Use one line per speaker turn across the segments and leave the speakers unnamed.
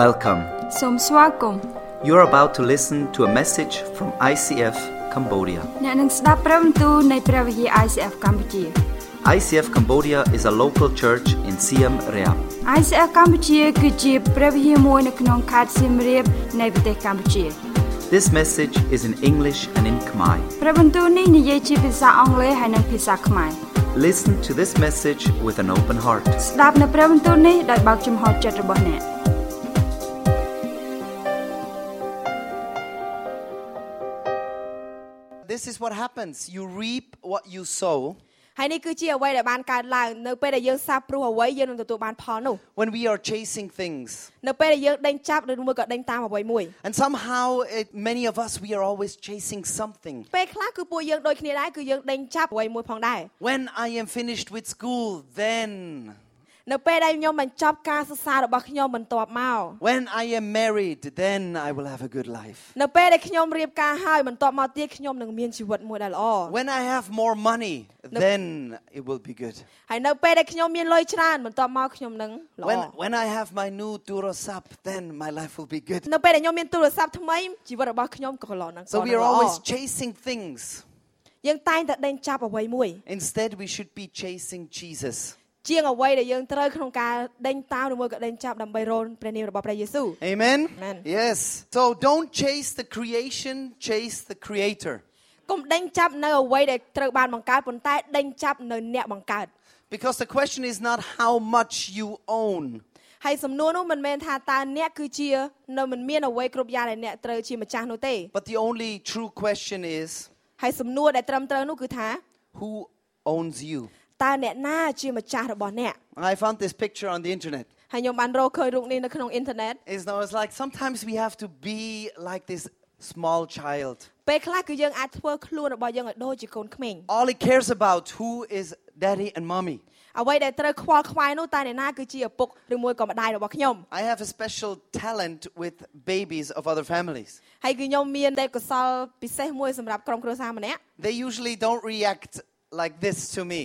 Welcome.
សូមស្វាគមន៍
You're about to listen to a message from ICF Cambodia.
អ្នកនឹងស្ដាប់ព្រមទូលនៃព្រះវិហារ ICF កម្ពុជា
ICF Cambodia is a local church in Siem Reap.
ICF កម្ពុជាគឺជាព្រះវិហារមួយនៅក្នុងខេត្តសៀមរាបនៃប្រទេសកម្ពុជា
This message is in English and in Khmer.
ព្រះបន្ទូលនេះនិយាយជាភាសាអង់គ្លេសហើយនិងភាសាខ្មែរ
Listen to this message with an open heart.
ស្ដាប់នៅព្រះបន្ទូលនេះដោយបើកចំហចិត្តរបស់អ្នក
This is what happens. You reap what you sow.
ហើយនេះគឺជាអ្វីដែលបានកើតឡើងនៅពេលដែលយើងសាបព្រោះអ្វីយើងនឹងទទួលបានផលនោះ
When we are chasing things,
នៅពេលដែលយើងដេញចាប់ឬមួយក៏ដេញតាមអ្វីមួយ
and somehow it, many of us, we are always chasing something.
ពេលខ្លះគឺពួកយើងដូចគ្នាដែរគឺយើងដេញចាប់អ្វីមួយផងដែរ
When I am finished with school, then.
នៅពេលដែលខ្ញុំបញ្ចប់ការសិក្សារបស់ខ្ញុំបន្ទាប់មក
When I am married, then I will have a good life.
នៅពេលដែលខ្ញុំរៀបការហើយបន្ទាប់មកទៀតខ្ញុំនឹងមានជីវិតមួយដែលល្អ
When I have more money, then it will be good.
ហើយនៅពេលដែលខ្ញុំមានលុយច្រើនបន្ទាប់មកខ្ញុំនឹងល្អ
When, when I have my new Durosap, then my life will be good.
នៅពេលដែលខ្ញុំមានទូរស័ព្ទថ្មីជីវិតរបស់ខ្ញុំក៏ល្អនឹងក៏
So we
នឹង
are
ល្អ
always chasing things.
យើងតែងតែដេញចាប់អ្វីមួយ
Instead, we should be chasing Jesus.
ជាងអ្វីដែលយើងត្រូវក្នុងការដេញតាមឬមួយក៏ដេញចាប់ដើម្បីរនព្រះនាមរបស់ព្រះយេស៊ូវ
Amen?
Amen.
Yes. So don't chase the creation, chase the creator.
កុំដេញចាប់នៅអ្វីដែលត្រូវបានបង្កើតប៉ុន្តែដេញចាប់នៅអ្នកបង្កើត
Because the question is not how much you own,
ហើយសំណួរនោះមិនមែនថាតើអ្នកគឺជានៅមិនមានអ្វីគ្រប់យ៉ាងដែលអ្នកត្រូវជាម្ចាស់នោះទេ
but the only true question is
ហើយសំណួរដែលត្រឹមត្រូវនោះគឺថា
who owns you?
តើអ្នកណាជាម្ចាស់របស់អ្នក
I found this picture on the internet.
ហើយខ្ញុំបានរកឃើញរូបនេះនៅក្នុងអ៊ីនធឺណិត
It's, no, it's like sometimes we have to be like this small child.
ពេលខ្លះគឺយើងអាចធ្វើខ្លួនរបស់យើងឲ្យដូចជាកូនក្មេង
All he cares about who is daddy and mommy.
អ្វីដែលត្រូវខ្វល់ខ្វាយនោះតើអ្នកណាគឺជាឪពុកឬមួយក៏ម្ដាយរបស់ខ្ញុំ
I have a special talent with babies of other families.
ហើយគឺខ្ញុំមានទេពកោសលពិសេសមួយសម្រាប់ក្រុមគ្រួសារម្នាក់
They usually don't react like this to me.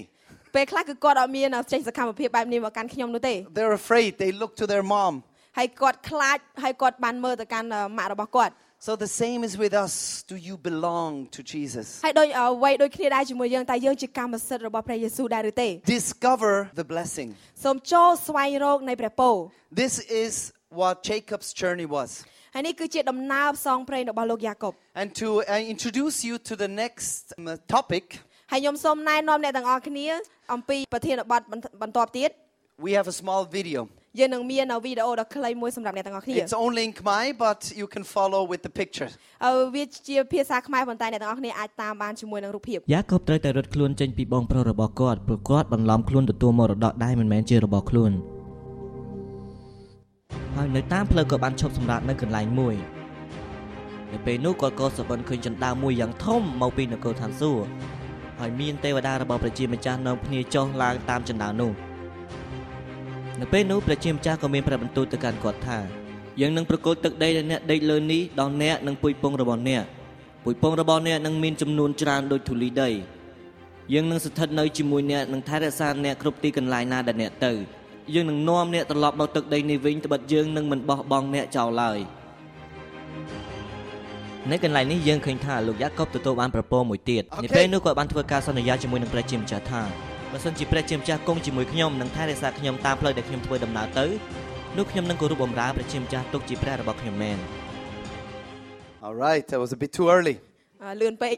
ពេលខ្លះគឺគាត់អត់មានចេះសកម្មភាពបែបនេះមកកាន់ខ្ញុំនោះទេ
They're afraid. They look to their mom.
ហើយគាត់ខ្លាចហើយគាត់បានមើលទៅកាន់អឺម៉ាក់របស់គាត់
So the same is with us. Do you belong to Jesus?
ហើយដូចអ្វីដូចគ្នាដែរជាមួយយើងតើយើងជាកម្មសិទ្ធិរបស់ព្រះយេស៊ូវដែរឬទេ
Discover the blessing.
សូមចូលស្វែងរកនៃព្រះពរ
This is what Jacob's journey was.
ហើយនេះគឺជាដំណើរផ្សងព្រេងរបស់លោកយ៉ាកុប
And to uh, introduce you to the next um, topic,
ហើយខ្ញុំសូមណែនាំអ្នកទាំងអស់គ្នាអំពីប្រធានបទបន្ទាប់ទៀត
we have a small video.
យើងនឹងមានវីដេអូដ៏ខ្លីមួយសម្រាប់អ្នកទាំងអស់គ្នា
It's only in Khmer, but you can follow with the picture.
អឺវាជាភាសាខ្មែរប៉ុន្តែអ្នកទាំងអស់គ្នាអាចតាមបានជាមួយនឹងរូបភាព
យ៉ាកបត្រូវតែរត់ខ្លួនចេញពីបងប្រុសរបស់គាត់ព្រោះគាត់បន្លំខ្លួនទទួលមរតកដែលមិនមែនជារបស់ខ្លួនហើយនៅតាមផ្លូវក៏បានឈប់សម្រាកនៅកន្លែងមួយនៅពេលនោះគាត់ក៏សប្បុនឃើញចន្ទដៅមួយយ៉ាងធំមកពីនគរឋានសួគ៌ហើយមានទេវតារបស់ប្រជាម្ចាស់នាំគ្នាចុះឡើងតាមចន្ទដៅនោះនៅពេលនោះប្រជាម្ចាស់ក៏មានប្រាប់បន្ទូលទៅកាន់គាត់ថាយើងនឹងប្រកូលទឹកដីដែលអ្នកដេកលើនេះដល់អ្នកនិងពុយពងរបស់អ្នកពុយពងរបស់អ្នកនឹងមានចំនួនច្រើនដូចធូលីដីយើងនឹងស្ថិតនៅជាមួយអ្នកនិងថែរក្សាអ្នកគ្រប់ទីកន្លែងណាដែលអ្នកទៅយើងនឹងនាំអ្នកត្រឡប់មកទឹកដីនេះវិញត្បិតយើងនឹងមិនបោះបង់អ្នកចោលឡើយនៅកន្លែងនេះយើងឃើញថាលោកយ៉ាកបទទួលបានប្រពរមួយទៀត
Okay.
នៅពេលនោះគាត់បានធ្វើការសន្យាជាមួយនឹងព្រះជាម្ចាស់ថាបើសិនជាព្រះជាម្ចាស់គង់ជាមួយខ្ញុំនិងថែរក្សាខ្ញុំតាមផ្លូវដែលខ្ញុំធ្វើដំណើរទៅនោះខ្ញុំនឹងគោរពបម្រើព្រះជាម្ចាស់ទុកជាព្រះរបស់ខ្ញុំមែន
All right, that was a bit too early.
អឺលឿនពេក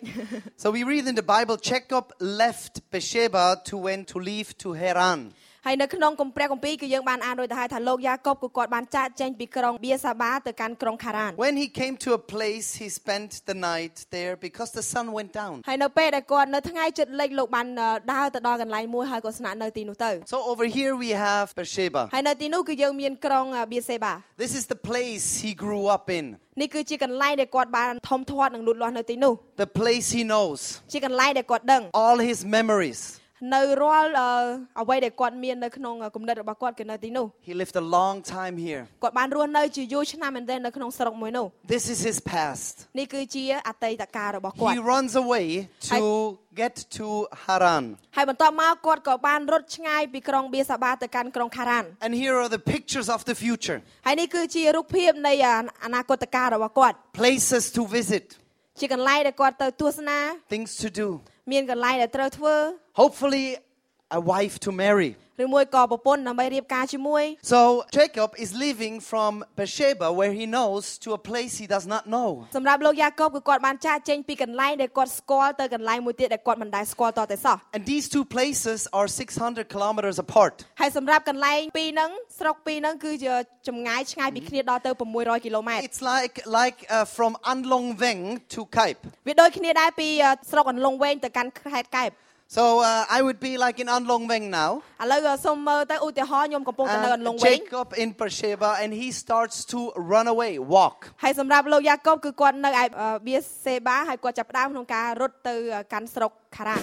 So we read in the Bible Jacob left Beersheba to when to leave to Haran.
ហើយនៅក្នុងគម្ពីរគម្ពីរគឺយើងបានអានរួចទៅហើយថាលោកយ៉ាកុបគឺគាត់បានចាកចេញពីក្រុងបៀសាបាទៅកាន់ក្រុងខារ៉ាន
When he came to a place, he spent the night there because the sun went down.
ហើយនៅពេលដែលគាត់នៅថ្ងៃជិតលិចលោកបាន អឺដើរទៅដល់កន្លែងមួយហើយគាត់ស្នាក់នៅទីនោះទៅ
So over here we have Beersheba.
ហើយនៅទីនោះគឺយើងមានក្រុងអឺបៀសេបា
This is the place he grew up in,
នេះគឺជាកន្លែងដែលគាត់បានធំធាត់និងលូតលាស់នៅទីនោះ
the place he knows,
ជាកន្លែងដែលគាត់ដឹង
all his memories.
នៅរាល់អឺអ្វីដែលគាត់មាននៅក្នុងគំនិតរបស់គាត់គឺនៅទីនោះ
He lived a long time here.
គាត់បានរស់នៅជាយូរឆ្នាំមែនទែននៅក្នុងស្រុកមួយនោះ
This is his past.
នេះគឺជាអតីតកាលរបស់គាត់
He runs away to get to Haran.
ហើយបន្ទាប់មកគាត់ក៏បានរត់ឆ្ងាយពីក្រុងបៀសាបាទៅកាន់ក្រុងខារ៉ាន
And here are the pictures of the future
ហើយនេះគឺជារូបភាពនៃអអនាគតកាលរបស់គាត់
places to visit,
ជាកន្លែងដែលគាត់ទៅទស្សនា
things to do.
មានកន្លែងដែលត្រូវធ្វើ
Hopefully, a wife to marry.
ឬមួយក៏ប្រពន្ធដើម្បីរៀបការជាមួយ
So Jacob is leaving from Beersheba, where he knows, to a place he does not know.
សម្រាប់លោកយ៉ាកបគឺគាត់បានចាកចេញពីកន្លែងដែលគាត់ស្គាល់ទៅកន្លែងមួយទៀតដែលគាត់មិនដែលស្គាល់តតែសោះ
And these two places are 600 kilometers apart.
ហើយសម្រាប់កន្លែងពីរហ្នឹងស្រុកពីរហ្នឹងគឺជាចម្ងាយឆ្ងាយពីគ្នាដល់ទៅ600គីឡូម៉ែត្រ
It's like like uh, from Anlongveng to Kaip.
វាដូចគ្នាដែរពីអឺស្រុកអន្លង់វែងទៅកាន់ខេត្តកែប
So uh, I would be like in Anlongveng now.
ឥឡូវអឺសូមមើលទៅឧទាហរណ៍ខ្ញុំកំពុងទៅនៅអន្លង់
And
វែង
Jacob in Beersheba, and he starts to run away, walk.
ហើយសម្រាប់លោកយ៉ាកបគឺគាត់នៅឯអឺបៀសេបាហើយគាត់ចាប់ផ្ដើមក្នុងការរត់ទៅអឺកាន់ស្រុកខារ៉ា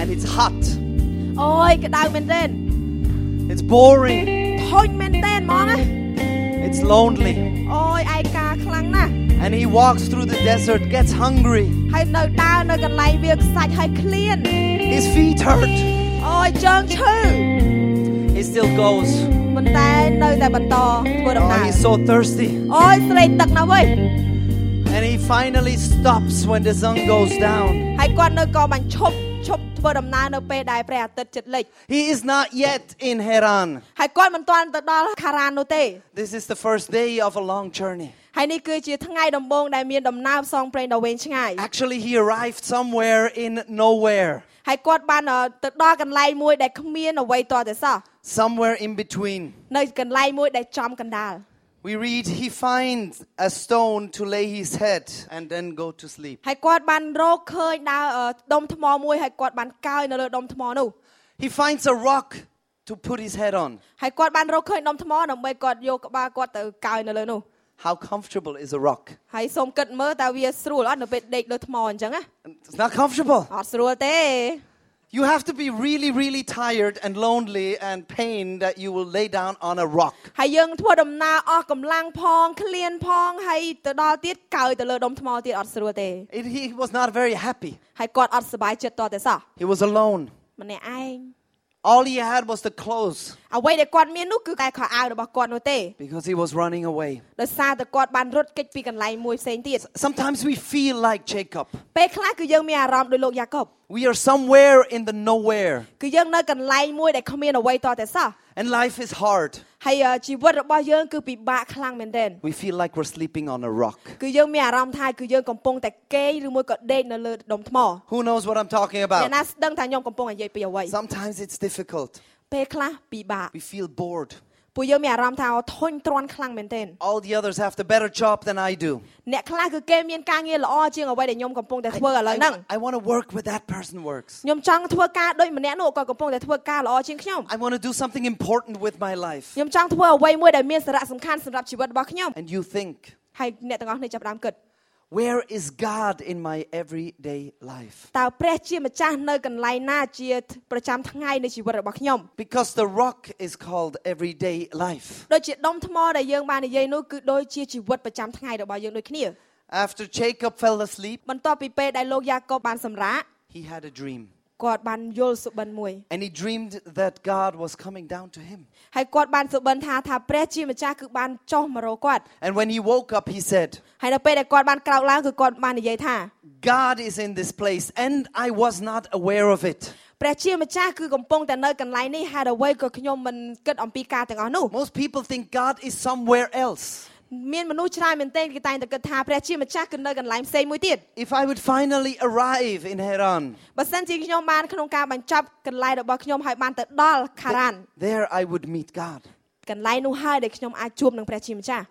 And it's hot,
អូយក្តៅមែនទែន
it's boring,
ធុញមែនទែនហ្មងណា
it's lonely.
អូយឯកាខ្លាំងណាស់
And he walks through the desert, gets hungry,
ហើយនៅដើរនៅកន្លែងវាលខ្សាច់ហើយឃ្លាន
his feet hurt.
អូយចង់ឈឺ
He still goes.
ប៉ុន្តែនៅតែបន្តធ្វើដំណើ
Oh,
រ
he's so thirsty.
អូយស្រេកទឹកណាស់វ៉េ
And he finally stops when the sun goes down.
ហើយគាត់នៅក៏បាញ់ឈប់ឈប់ធ្វើដំណើរនៅពេលដែលព្រះអាទិត្យជិតលិច
He is not yet in Haran.
ហើយគាត់មិនទាន់ទៅដល់ខារ៉ាននោះទេ
This is the first day of a long journey.
ហើយនេះគឺជាថ្ងៃដំបូងដែលមានដំណើរផ្សងព្រេងដ៏វែងឆ្ងាយ
Actually, he arrived somewhere in nowhere,
ហើយគាត់បានអឺទៅដល់កន្លែងមួយដែលគ្មានអ្វីតតែសោះ
somewhere in between.
នៅកន្លែងមួយដែលចំកណ្ដាល
We read, he finds a stone to lay his head and then go to sleep.
ហើយគាត់បានរកឃើញដើរអឺដុំថ្មមួយហើយគាត់បានកើយនៅលើដុំថ្មនោះ
He finds a rock to put his head on.
ហើយគាត់បានរកឃើញដុំថ្មដើម្បីគាត់យកក្បាលគាត់ទៅកើយនៅលើនោះ
How comfortable is a rock?
ហើយសូមគិតមើលតើវាស្រួលអត់នៅពេលដេកលើថ្មអញ្ចឹងណា
It's not comfortable.
អត់ស្រួលទេ
You have to be really, really tired and lonely and pain that you will lay down on a rock.
ហើយយើងធ្វើដំណើរអស់កម្លាំងផងឃ្លានផងហើយទៅដល់ទៀតកើយទៅលើដុំថ្មទៀតអត់ស្រួលទេ
It, he was not very happy.
ហើយគាត់អត់សប្បាយចិត្តតតែសោះ
He was alone.
ម្នាក់ឯង
All he had was the clothes
អ្វីដែលគាត់មាននោះគឺតែខោអាវរបស់គាត់នោះទេ
because he was running away.
ដោយសារតែគាត់បានរត់គេចពីកន្លែងមួយផ្សេងទៀត
Sometimes we feel like Jacob.
ពេលខ្លះគឺយើងមានអារម្មណ៍ដោយលោកយ៉ាកប
We are somewhere in the nowhere
គឺយើងនៅកន្លែងមួយដែលគ្មានអ្វីតតែសោះ
and life is hard.
ហើយអឺជីវិតរបស់យើងគឺពិបាកខ្លាំងមែនទែន
We feel like we're sleeping on a rock.
គឺយើងមានអារម្មណ៍ថាគឺយើងកំពុងតែគេងឬមួយក៏ដេកនៅលើដុំថ្ម
Who knows what I'm talking
អ្នកណា
about?
ស្ដឹងថាខ្ញុំកំពុងនិយាយពីអ្វី
Sometimes it's difficult.
ពេលខ្លះពិបាក
We feel bored.
ពួកយើងមានអារម្មណ៍ថាអូធុញទ្រាន់ខ្លាំងមែនទែន
All the others have the better job than I do.
អ្នកខ្លះគឺគេមានការងារល្អជាងអ្វីដែលខ្ញុំកំពុងតែធ្វើឥឡូវហ្នឹង
I, want to work where that person works.
ខ្ញុំចង់ធ្វើការដូចម្នាក់នោះគាត់កំពុងតែធ្វើការល្អជាងខ្ញុំ
I want to do something important with my life.
ខ្ញុំចង់ធ្វើអ្វីមួយដែលមានសារៈសំខាន់សម្រាប់ជីវិតរបស់ខ្ញុំ
And you think,
ហើយអ្នកទាំងអស់គ្នាចាប់ផ្ដើមគិត
where is God in my everyday life?
តើព្រះជាម្ចាស់នៅកន្លែងណាជាប្រចាំថ្ងៃនៃជីវិតរបស់ខ្ញុំ
Because the rock is called everyday life.
ដូចជាដុំថ្មដែលយើងបាននិយាយនោះគឺដូចជាជីវិតប្រចាំថ្ងៃរបស់យើងដូចគ្នា
After Jacob fell asleep,
បន្ទាប់ពីពេលដែលលោកយ៉ាកបបានសម្រាក
he had a dream.
គាត់បានយល់សុបិនមួយ
And he dreamed that God was coming down to him.
ហើយគាត់បានសុបិនថាថាព្រះជាម្ចាស់គឺបានចោះមករកគាត់
And when he woke up, he said,
ហើយនៅពេលដែលគាត់បានក្រោកឡើងគឺគាត់បាននិយាយថា
God is in this place, and I was not aware of it.
ព្រះជាម្ចាស់គឺកំពុងតែនៅកន្លែងនេះហើយអ្វីក៏ខ្ញុំមិនគិតអំពីការទាំងអស់នោះ
Most people think God is somewhere else.
មានមនុស្សច្រើនមែនទែនគេតែងតែគិតថាព្រះជាម្ចាស់គឺនៅកន្លែងផ្សេងមួយទៀត
If I would finally arrive in Haran,
បើសិនជាខ្ញុំបានក្នុងការបញ្ចប់កន្លែងរបស់ខ្ញុំហើយបានទៅដល់ខារ៉ាន
there I would meet God.
កន្លែងនោះហើយដែលខ្ញុំអាចជួបនឹងព្រះជាម្ចាស់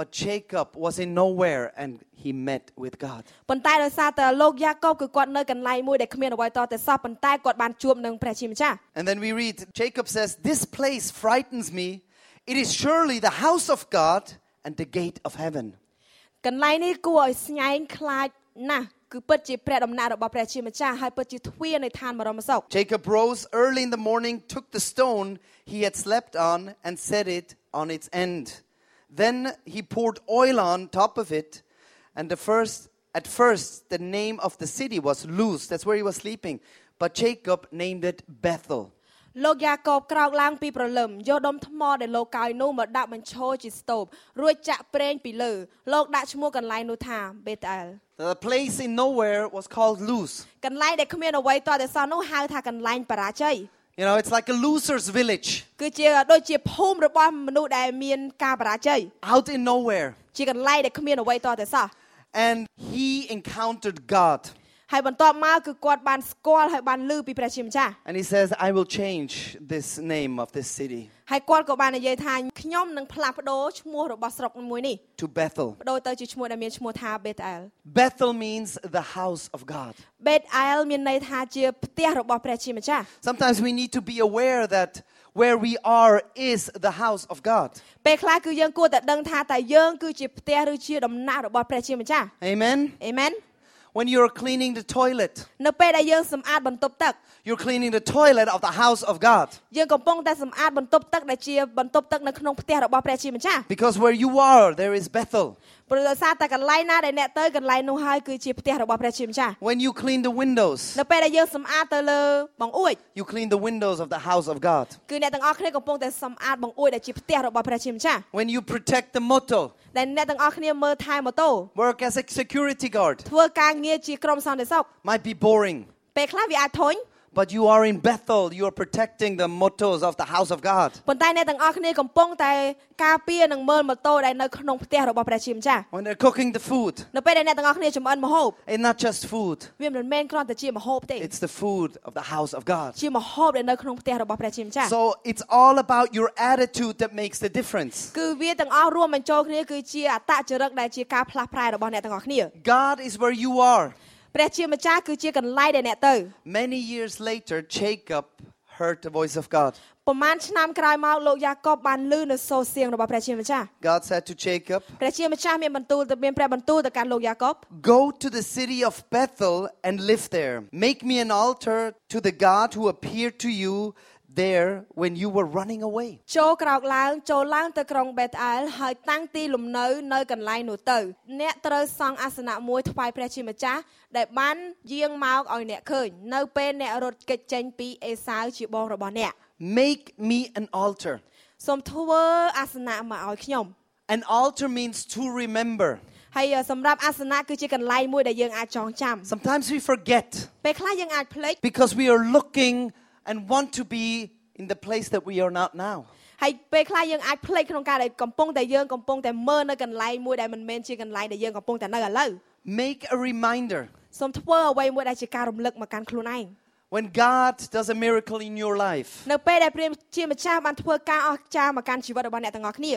But Jacob was in nowhere and he met with God.
ប៉ុន្តែដោយសារតែលោកយ៉ាកបគឺគាត់នៅកន្លែងមួយដែលគ្មានអ្វីតតែសោះប៉ុន្តែគាត់បានជួបនឹងព្រះជាម្ចាស់
And then we read Jacob says, This place frightens me. It is surely the house of God and the gate of heaven.
កន្លែងនេះគួរឲ្យស្ញែងខ្លាចណាស់ គឺពិតជាព្រះដំណាក់របស់ព្រះជាម្ចាស់ហើយពិតជាទ្វារនៃឋានបរមសុខ
Jacob rose early in the morning, took the stone he had slept on, and set it on its end. Then he poured oil on top of it, and the first, at first the name of the city was Luz. That's where he was sleeping. But Jacob named it Bethel.
លោកយ៉ាកបក្រោកឡើងពីព្រលឹមយកដុំថ្មដែលលោកកាយនោះមកដាក់បញ្ឈរជាស្ទូបរួចចាក់ប្រេងពីលើលោកដាក់ឈ្មោះកន្លែងនោះថាបេតអែល
The place in nowhere was called Luz.
កន្លែងដែលគ្មានអ្វីតតែសោះនោះហៅថាកន្លែងបរាជ័យ
You know, it's like a loser's village
គឺជាដូចជាភូមិរបស់មនុស្សដែលមានការបរាជ័យ
out in nowhere.
ជាកន្លែងដែលគ្មានអ្វីតតែសោះ
And he encountered God.
ហើយបន្ទាប់មកគឺគាត់បានស្គាល់ហើយបានឮពីព្រះជាម្ចាស់
And he says, I will change this name of this city
ហើយគាត់ក៏បាននិយាយថាខ្ញុំនឹងផ្លាស់ប្ដូរឈ្មោះរបស់ស្រុកមួយនេះ
to Bethel.
ប្ដូរទៅជាឈ្មោះដែលមានឈ្មោះថាបេតអែល
Bethel means the house of God.
បេតអែលមានន័យថាជាផ្ទះរបស់ព្រះជាម្ចាស់
Sometimes we need to be aware that where we are is the house of God.
ពេលខ្លះគឺយើងគួរតែដឹងថាតើយើងគឺជាផ្ទះឬជាដំណាក់របស់ព្រះជាម្ចាស់
Amen?
អេមែន
When you're cleaning the toilet,
នៅពេលដែលយើងសម្អាតបន្ទប់ទឹក
you're cleaning the toilet of the house of God.
យើងកំពុងតែសម្អាតបន្ទប់ទឹកដែលជាបន្ទប់ទឹកនៅក្នុងផ្ទះរបស់ព្រះជាម្ចាស់
Because where you are, there is Bethel.
ព្រោះដោយសារតែកន្លែងណាដែលអ្នកទៅកន្លែងនោះហើយគឺជាផ្ទះរបស់ព្រះជាម្ចាស់
When you clean the windows,
នៅពេលដែលយើងសម្អាតទៅលើបង្អួច
you clean the windows of the house of God.
គឺអ្នកទាំងអស់គ្នាកំពុងតែសម្អាតបង្អួចដែលជាផ្ទះរបស់ព្រះជាម្ចាស់
When you protect the motto,
ដែលអ្នកទាំងអស់គ្នាមើលថែម៉ូតូ
work as a security guard.
ធ្វើការងារជាក្រុមសន្តិសុខ
Might be boring,
ពេលខ្លះវាអាចធុញ
but you are in Bethel. You are protecting the mottos of the house of God.
ប៉ុន្តែអ្នកទាំងអស់គ្នាកំពុងតែការពារនិងមើលម៉ូតូដែលនៅក្នុងផ្ទះរបស់ព្រះជាម្ចាស់
When they're cooking the food,
នៅពេលដែលអ្នកទាំងអស់គ្នាចម្អិនម្ហូប
it's not just food,
វាមិនមែនគ្រាន់តែជាម្ហូបទេ
it's the food of the house of God.
ជាម្ហូបដែលនៅក្នុងផ្ទះរបស់ព្រះជាម្ចាស់
So it's all about your attitude that makes the difference.
គឺវាទាំងអស់រួមបញ្ចូលគ្នាគឺជាអត្តចរិតដែលជាការផ្លាស់ប្រែរបស់អ្នកទាំងអស់គ្នា
God is where you are.
ព្រះជាម្ចាស់គឺជាកន្លែងដែលអ្នកទៅ
Many years later, Jacob heard the voice of God.
ប្រហែលឆ្នាំក្រោយមកលោកយ៉ាកបបានលឺនៅសូរសៀងរបស់ព្រះជាម្ចាស់
God said to Jacob,
ព្រះជាម្ចាស់មានបន្ទូលទៅមានព្រះបន្ទូលទៅកាន់លោកយ៉ាកប
Go to the city of Bethel and live there. Make me an altar to the God who appeared to you there when you were running away.
ចូលក្រោកឡើងចូលឡើងទៅក្រុងបេតអែលហើយតាំងទីលំនៅនៅកន្លែងនោះទៅ អ្នកត្រូវសង់អាសនៈមួយថ្វាយព្រះជាម្ចាស់ដែលបានយាងមកឲ្យអ្នកឃើញនៅពេលអ្នករត់គេចចេញពីអេសាវជាបងរបស់អ្នក
Make me an altar.
សូមធ្វើអាសនៈមកឲ្យខ្ញុំ
An altar means to remember.
ហើយសម្រាប់អាសនៈគឺជាកន្លែងមួយដែលយើងអាចចងចាំ
Sometimes we forget
ពេលខ្លះយើងអាចភ្លេច
because we are looking and want to be in the place that we are not now.
ហើយពេលខ្លះយើងអាចភ្លេចក្នុងការដែលកំពុងតែយើងកំពុងតែមើលនៅកន្លែងមួយដែលមិនមែនជាកន្លែងដែលយើងកំពុងតែនៅឥឡូវ
Make a reminder.
សូមធ្វើអ្វីមួយដែលជាការរំលឹកមកកាន់ខ្លួនឯង
When God does a miracle in your life,
នៅពេលដែលព្រះជាម្ចាស់បានធ្វើការអស្ចារ្យមកកាន់ជីវិតរបស់អ្នកទាំងអស់គ្នា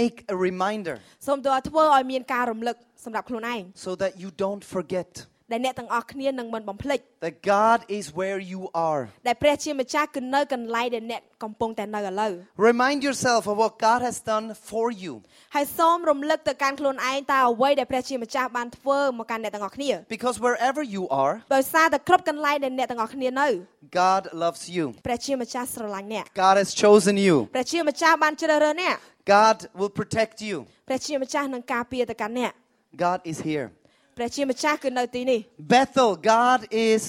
make a reminder
សូមទោះធ្វើឲ្យមានការរំលឹកសម្រាប់ខ្លួនឯង
so that you don't forget
ដែលអ្នកទាំងអស់គ្នានឹងមិនបំភ្លេច
that God is where you are.
ដែលព្រះជាម្ចាស់គឺនៅកន្លែងដែលអ្នកកំពុងតែនៅឥឡូវ
Remind yourself of what God has done for you
ហើយសូមរំលឹកទៅកាន់ខ្លួនឯងតើអ្វីដែលព្រះជាម្ចាស់បានធ្វើមកកាន់អ្នកទាំងអស់គ្នា
because wherever you are,
ដោយសារតែគ្រប់កន្លែងដែលអ្នកទាំងអស់គ្នានៅ
God loves you.
ព្រះជាម្ចាស់ស្រឡាញ់អ្នក
God has chosen you.
ព្រះជាម្ចាស់បានជ្រើសរើសអ្នក
God will protect you.
ព្រះជាម្ចាស់នឹងការពារទៅកាន់អ្នក
God is here.
ព្រះជាម្ចាស់គឺនៅទីនេះ
Bethel, God is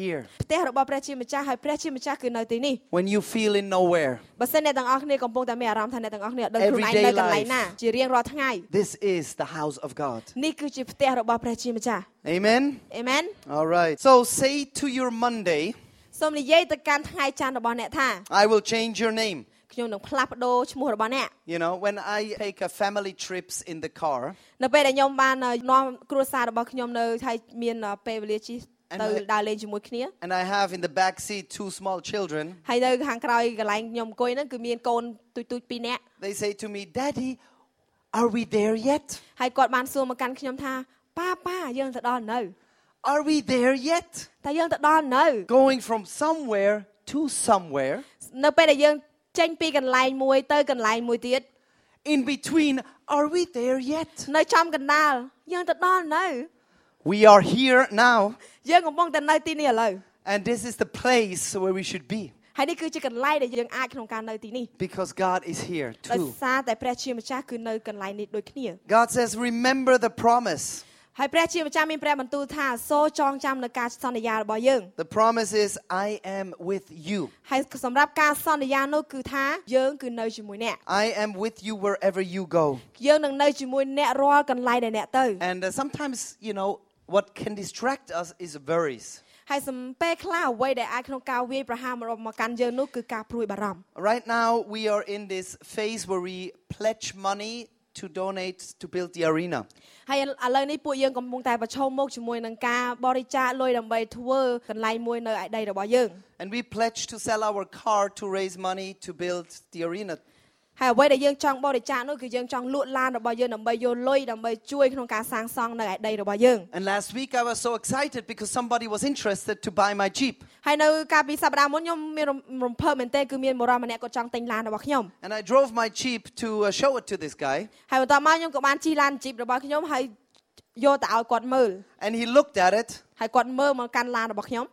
here.
ផ្ទះរបស់ព្រះជាម្ចាស់ហើយព្រះជាម្ចាស់គឺនៅទីនេះ
When you feel in nowhere,
បើសិនអ្នកទាំងអស់គ្នាកំពុងតែមានអារម្មណ៍ថាអ្នកទាំងអស់គ្នាដឹងខ្លួនឯ
Everyday
ងនៅកន្លែង
life.
ណាជារៀងរាល់ថ្ងៃ
this is the house of God.
នេះគឺជាផ្ទះរបស់ព្រះជាម្ចាស់
Amen?
អេមែន
All right. So say to your Monday,
សូមនិយាយទៅកាន់ថ្ងៃច័ន្ទរបស់អ្នកថា
I will change your name.
ខ្ញុំនឹងផ្លាស់ប្ដូរឈ្មោះរបស់អ្នក
You know, when I take a family trips in the car,
នៅពេលដែលខ្ញុំបានអឺនាំគ្រួសាររបស់ខ្ញុំនៅថៃមានអឺពេលវេលាជិះ
And
ទៅ
my-
ដើរលេងជាមួយគ្នា
and I have in the back seat two small children,
ហើយនៅខាងក្រោយកន្លែងខ្ញុំអង្គុយហ្នឹងគឺមានកូនទូចទូចពីរនាក់
they say to me, Daddy, are we there yet?
ហើយគាត់បានសួរមកកាន់ខ្ញុំថាប៉ាប៉ាយើងទៅដល់នៅ
Are we there yet?
តែយើងទៅដល់នៅ
Going from somewhere to somewhere.
នៅពេលដែលយើងចេញពីកន្លែងមួយទៅកន្លែងមួយទៀត
In between, are we there yet?
នៅចំកណ្ដាលយើងទៅដល់នៅ
We are here now,
យើងកំពុងតែនៅទីនេះឥឡូវ
and this is the place where we should be
ហើយនេះគឺជាកន្លែងដែលយើងអាចក្នុងការនៅទីនេះ
because God is here
ដោយ
too.
សារតែព្រះជាម្ចាស់គឺនៅកន្លែងនេះដូចគ្នា
God says, Remember the promise.
ហើយព្រះជាម្ចាស់មានព្រះបន្ទូលថាសូមចងចាំនៅការសន្យារបស់យើង
The promise is, I am with you.
ហើយសម្រាប់ការសន្យានោះគឺថាយើងគឺនៅជាមួយអ្នក
I am with you wherever you go.
យើងនឹងនៅជាមួយអ្នករាល់កន្លែងដែលអ្នកទៅ
And uh, sometimes, you know, what can distract us is worries.
ហើយសំពេលខ្លះអ្វីដែលអាចក្នុងការវាយប្រហារមកកាន់យើងនោះគឺការព្រួយបារម្ភ
Right now, we are in this phase where we pledge money to donate to build the arena.
ហើយឥឡូវនេះពួកយើងកំពុងតែប្រឈមមុខជាមួយនឹងការបរិច្ចាគលុយដើម្បីធ្វើកន្លែងមួយនៅឯដីរបស់យើង
And we pledge to sell our car to raise money to build the arena.
ហើយអ្វីដែលយើងចង់បរិច្ចាគនោះគឺយើងចង់លក់ឡានរបស់យើងដើម្បីយកលុយដើម្បីជួយក្នុងការសាងសង់នៅឯដីរបស់យើង
And last week, I was so excited because somebody was interested to buy my Jeep.
ហើយនៅកាលពីសប្តាហ៍មុនខ្ញុំមានរំរំភើបមែនទែនគឺមានបុរសម្នាក់គាត់ចង់ទិញឡានរបស់ខ្ញុំ
And I drove my Jeep to uh, show it to this guy.
ហើយបន្តមកខ្ញុំក៏បានជិះឡានជីបរបស់ខ្ញុំហើយយកទៅឲ្យគាត់មើល
And he looked at it
ហើយគាត់មើលមកកាន់ឡានរបស់ខ្ញុំ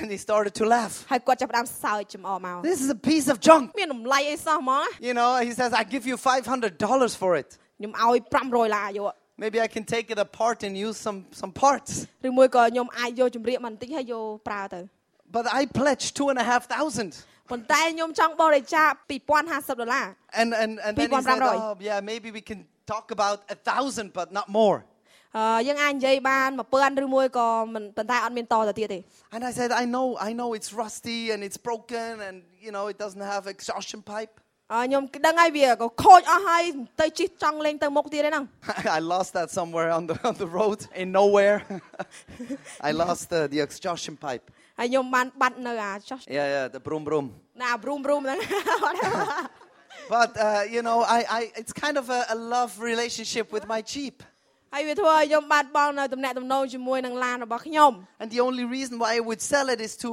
and he started to laugh.
ហើយគាត់ចាប់ផ្ដើមសើចចំអកមក
This is a piece of junk.
មានតម្លៃអីសោះហ្មង
You know, he says, I give you $500 for it.
ខ្ញុំឲ្យ500ឡាយក
Maybe I can take it apart and use some, some parts.
ឬមួយក៏ខ្ញុំអាចយកជំរាបមកបន្តិចហើយយកប្រើទៅ
But I pledged two and a half thousand.
ប៉ុន្តែខ្ញុំចង់បរិច្ចាគ2050ដុល្លារ
And, and, and then he said,
$1,500.
oh, yeah, maybe we can talk about a thousand, but not more.
អឺយើងអាចនិយាយបាន1000ឬមួយក៏មិនប៉ុន្តែអត់មានតទៅទៀតទេ
And I said, I know, I know it's rusty and it's broken and, you know, it doesn't have exhaustion pipe.
អឺខ្ញុំដឹងហើយវាក៏ខូចអស់ហើយទៅជិះចង់លេងទៅមុខទៀតឯហ្នឹង
I lost that somewhere on the, on the road in nowhere. I lost uh, the exhaustion pipe.
ហើយខ្ញុំបានបាត់នៅអាចោះ
Yeah, yeah, the brum brum.
ណាអាប្រូមប្រូមហ្នឹង
But, uh, you know, I, I, it's kind of a, a love relationship with my Jeep.
ហើយវាធ្វើឲ្យខ្ញុំបាត់បង់នៅតំណែងតំណងជាមួយនឹងឡានរបស់ខ្ញុំ
And the only reason why I would sell it is to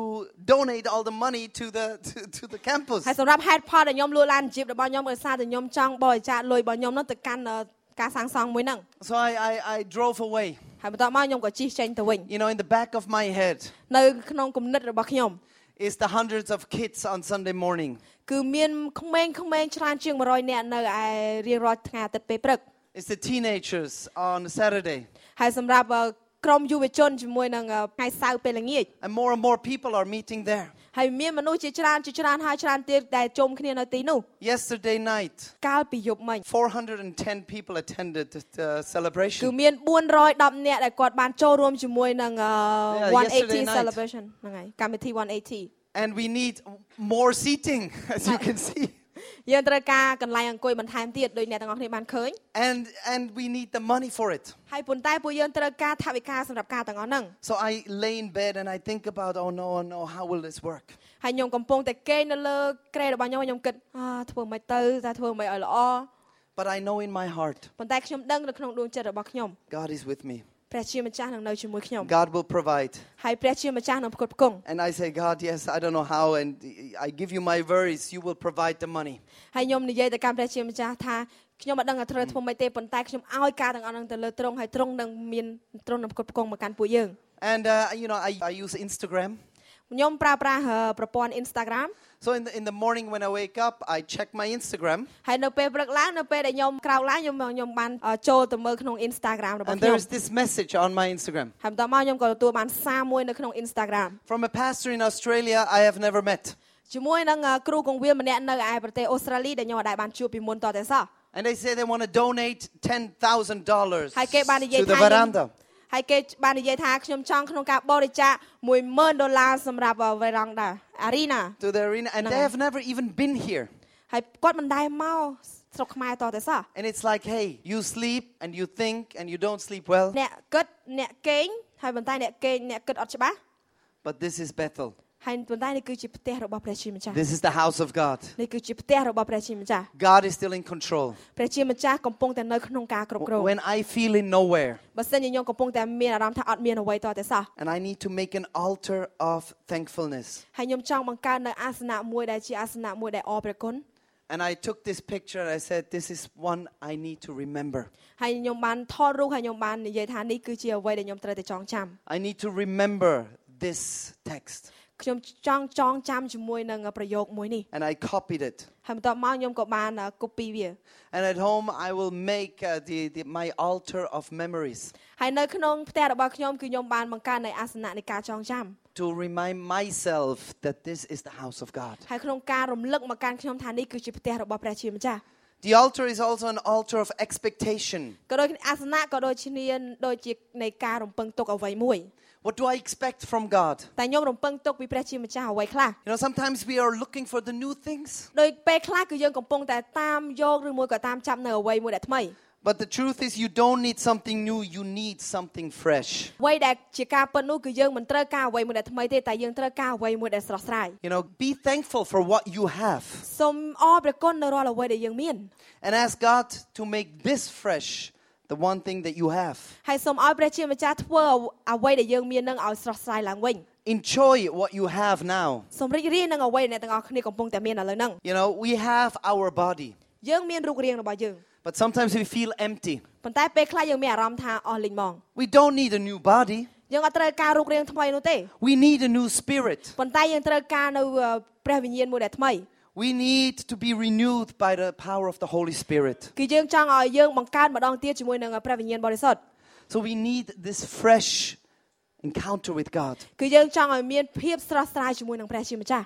donate all the money to the, to, to the campus.
ហើយសម្រាប់ហេតុផលដែលខ្ញុំលួចឡានជីបរបស់ខ្ញុំដោយសារតែខ្ញុំចង់បរិច្ចាគលុយរបស់ខ្ញុំនោះទៅកាន់អឺការសាងសង់មួយហ្នឹង
So I, I, I drove away.
ហើយបន្តមកខ្ញុំក៏ជិះចេញទៅវិញ
You know, in the back of my head
នៅក្នុងគំនិតរបស់ខ្ញុំ
is the hundreds of kids on Sunday morning.
គឺមានក្មេងៗច្រើនជាង100នាក់នៅឯរៀងរាល់ថ្ងៃអាទិត្យពេលព្រឹក
It's the teenagers on Saturday.
ហើយសម្រាប់អឺក្រុមយុវជនជាមួយនឹងអឺថ្ងៃសៅរ៍ពេលល្ងាច
And more and more people are meeting there.
ហើយមានមនុស្សជាច្រើនជាច្រើនហើយច្រើនទៀតដែលជុំគ្នានៅទីនោះ
Yesterday night,
កាលពីយប់មិញ
410 people attended the- the
គឺ
celebration.
មាន410នាក់ដែលគាត់បានចូលរួមជាមួយនឹងអ
Yeah,
ឺ
yesterday night.
180 celebration ហ្នឹងហើយកម្មវិធី
And we need more seating, as you can see.
180យើងត្រូវការកន្លែងអង្គុយបន្ថែមទៀតដោយអ្នកទាំងអស់គ្នាបានឃើញ
And, and we need the money for it.
ហើយប៉ុន្តែពួកយើងត្រូវការថវិកាសម្រាប់ការទាំងអស់ហ្នឹង
So I lay in bed and I think about, oh no, oh no, how will this work?
ហើយខ្ញុំកំពុងតែគេងនៅលើក្រែរបស់ខ្ញុំហើយខ្ញុំគិតអាធ្វើមិនទៅតែធ្វើមិនឲ្យល្អ
But I know in my heart,
ប៉ុន្តែខ្ញុំដឹងនៅក្នុងដួងចិត្តរបស់ខ្ញុំ
God is with me.
ព្រះជាម្ចាស់នឹងនៅជាមួយខ្ញុំ
God will provide.
ហើយព្រះជាម្ចាស់នឹងផ្គត់ផ្គង់
And I say, God, yes, I don't know how, and I give you my worries. You will provide the money.
ហើយខ្ញុំនិយាយទៅកាន់ព្រះជាម្ចាស់ថាខ្ញុំមិនដឹងថាត្រូវធ្វើម៉េចទេប៉ុន្តែខ្ញុំឲ្យការទាំងអស់នឹងទៅលើទ្រង់ហើយទ្រង់នឹងមានទ្រង់នឹងផ្គត់ផ្គង់មកកាន់ពួកយើង
And, uh, you know, I, I use Instagram.
ខ្ញុំប្រើប្រាស់អឺប្រព័ន្ធ Instagram
So in the, in the morning when I wake up, I check my Instagram.
ហើយនៅពេលព្រឹកឡើងនៅពេលដែលខ្ញុំក្រោកឡើងខ្ញុំខ្ញុំបានអឺចូលទៅមើលក្នុង Instagram របស់
And
ខ្ញុំ
there's this message on my Instagram
ហើយបន្តមកខ្ញុំក៏ទទួលបានសារមួយនៅក្នុង Instagram
from a pastor in Australia I have never met.
ជាមួយនឹងអឺគ្រូកងវាលម្នាក់នៅឯប្រទេសអូស្ត្រាលីដែលខ្ញុំអាចបានជួបពីមុនតតែសោះ
And they say they want to donate $10,000
ហើយគេបាននិយាយ
to the
ថាខ្ញុំ
veranda.
ហើយគេបាននិយាយថាខ្ញុំចង់ក្នុងការបរិច្ចាគ10000ដុល្លារសម្រាប់វេរ៉ង់ដាអារីណា
To the arena. And they
Okay.
have never even been here.
ហើយគាត់មិនដែរមកស្រុកខ្មែរតតែសោះ
And it's like, hey, you sleep and you think and you don't sleep well,
អ្នកគិតអ្នកគេងហើយប៉ុន្តែអ្នកគេងអ្នកគិតអត់ច្បាស់
but this is Bethel.
ហើយប៉ុន្តែនេះគឺជាផ្ទះរបស់ព្រះជាម្ចាស់
This is the house of God.
នេះគឺជាផ្ទះរបស់ព្រះជាម្ចាស់
God is still in control.
ព្រះជាម្ចាស់កំពុងតែនៅក្នុងការគ្រប់គ្រង
When I feel in nowhere
បើសិនជាខ្ញុំកំពុងតែមានអារម្មណ៍ថាអត់មានអ្វីតតែសោះ
and I need to make an altar of thankfulness.
ហើយខ្ញុំចង់បង្កើតនៅអាសនៈមួយដែលជាអាសនៈមួយដែលអរព្រះគុណ
And I took this picture and I said, This is one I need to remember.
ហើយខ្ញុំបានថតរូបហើយខ្ញុំបាននិយាយថានេះគឺជាអ្វីដែលខ្ញុំត្រូវតែចងចាំ
I need to remember this text.
ខ្ញុំចង់ចងចាំជាមួយនឹងប្រយោគមួយនេះ
And I copied it.
ហើយបន្ទាប់មកខ្ញុំក៏បាន copy វា
And at home, I will make uh, the, the, my altar of memories
ហើយនៅក្នុងផ្ទះរបស់ខ្ញុំគឺខ្ញុំបានបង្កើតនៅអាសនៈនៃការចងចាំ
to remind myself that this is the house of God.
ហើយក្នុងការរំលឹកមកកាន់ខ្ញុំថានេះគឺជាផ្ទះរបស់ព្រះជាម្ចាស់
The altar is also an altar of expectation.
ក៏ដូចគ្នាអាសនៈក៏ដូចគ្នាដូចជានៃការរំពឹងទុកអ្វីមួយ
What do I expect from God?
តែខ្ញុំរំពឹងទុកពីព្រះជាម្ចាស់អ្វីខ្លះ
You know, sometimes we are looking for the new things,
ដោយពេលខ្លះគឺយើងកំពុងតែតាមយកឬមួយក៏តាមចាប់នៅអ្វីមួយដែលថ្មី
but the truth is, you don't need something new, you need something fresh.
អ្វីដែលជាការពិតនោះគឺយើងមិនត្រូវការអ្វីមួយដែលថ្មីទេតែយើងត្រូវការអ្វីមួយដែលស្រស់ស្រាយ
You know, be thankful for what you have
សូមអរព្រះគុណនៅរាល់អ្វីដែលយើងមាន
and ask God to make this fresh, the one thing that you have.
ហើយសូមឲ្យព្រះជាម្ចាស់ធ្វើអ្វីដែលយើងមាននឹងឲ្យស្រស់ស្រាយឡើងវិញ
Enjoy what you have now.
សូមរីករាយនឹងអ្វីដែលអ្នកទាំងអស់គ្នាកំពុងតែមានឥឡូវហ្នឹង
You know, we have our body,
យើងមានរូបរាងរបស់យើង
but sometimes we feel empty.
ប៉ុន្តែពេលខ្លះយើងមានអារម្មណ៍ថាអស់លីងមក
We don't need a new body,
យើងអត់ត្រូវការរូបរាងថ្មីនោះទេ
we need a new spirit.
ប៉ុន្តែយើងត្រូវការនៅអឺព្រះវិញ្ញាណមួយដែលថ្មី
We need to be renewed by the power of the Holy Spirit.
គឺយើងចង់ឲ្យយើងបង្កើតម្ដងទៀតជាមួយនឹងព្រះវិញ្ញាណបរិសុទ្ធ
So we need this fresh encounter with God.
គឺយើងចង់ឲ្យមានភាពស្រស់ស្រាយជាមួយនឹងព្រះជាម្ចាស់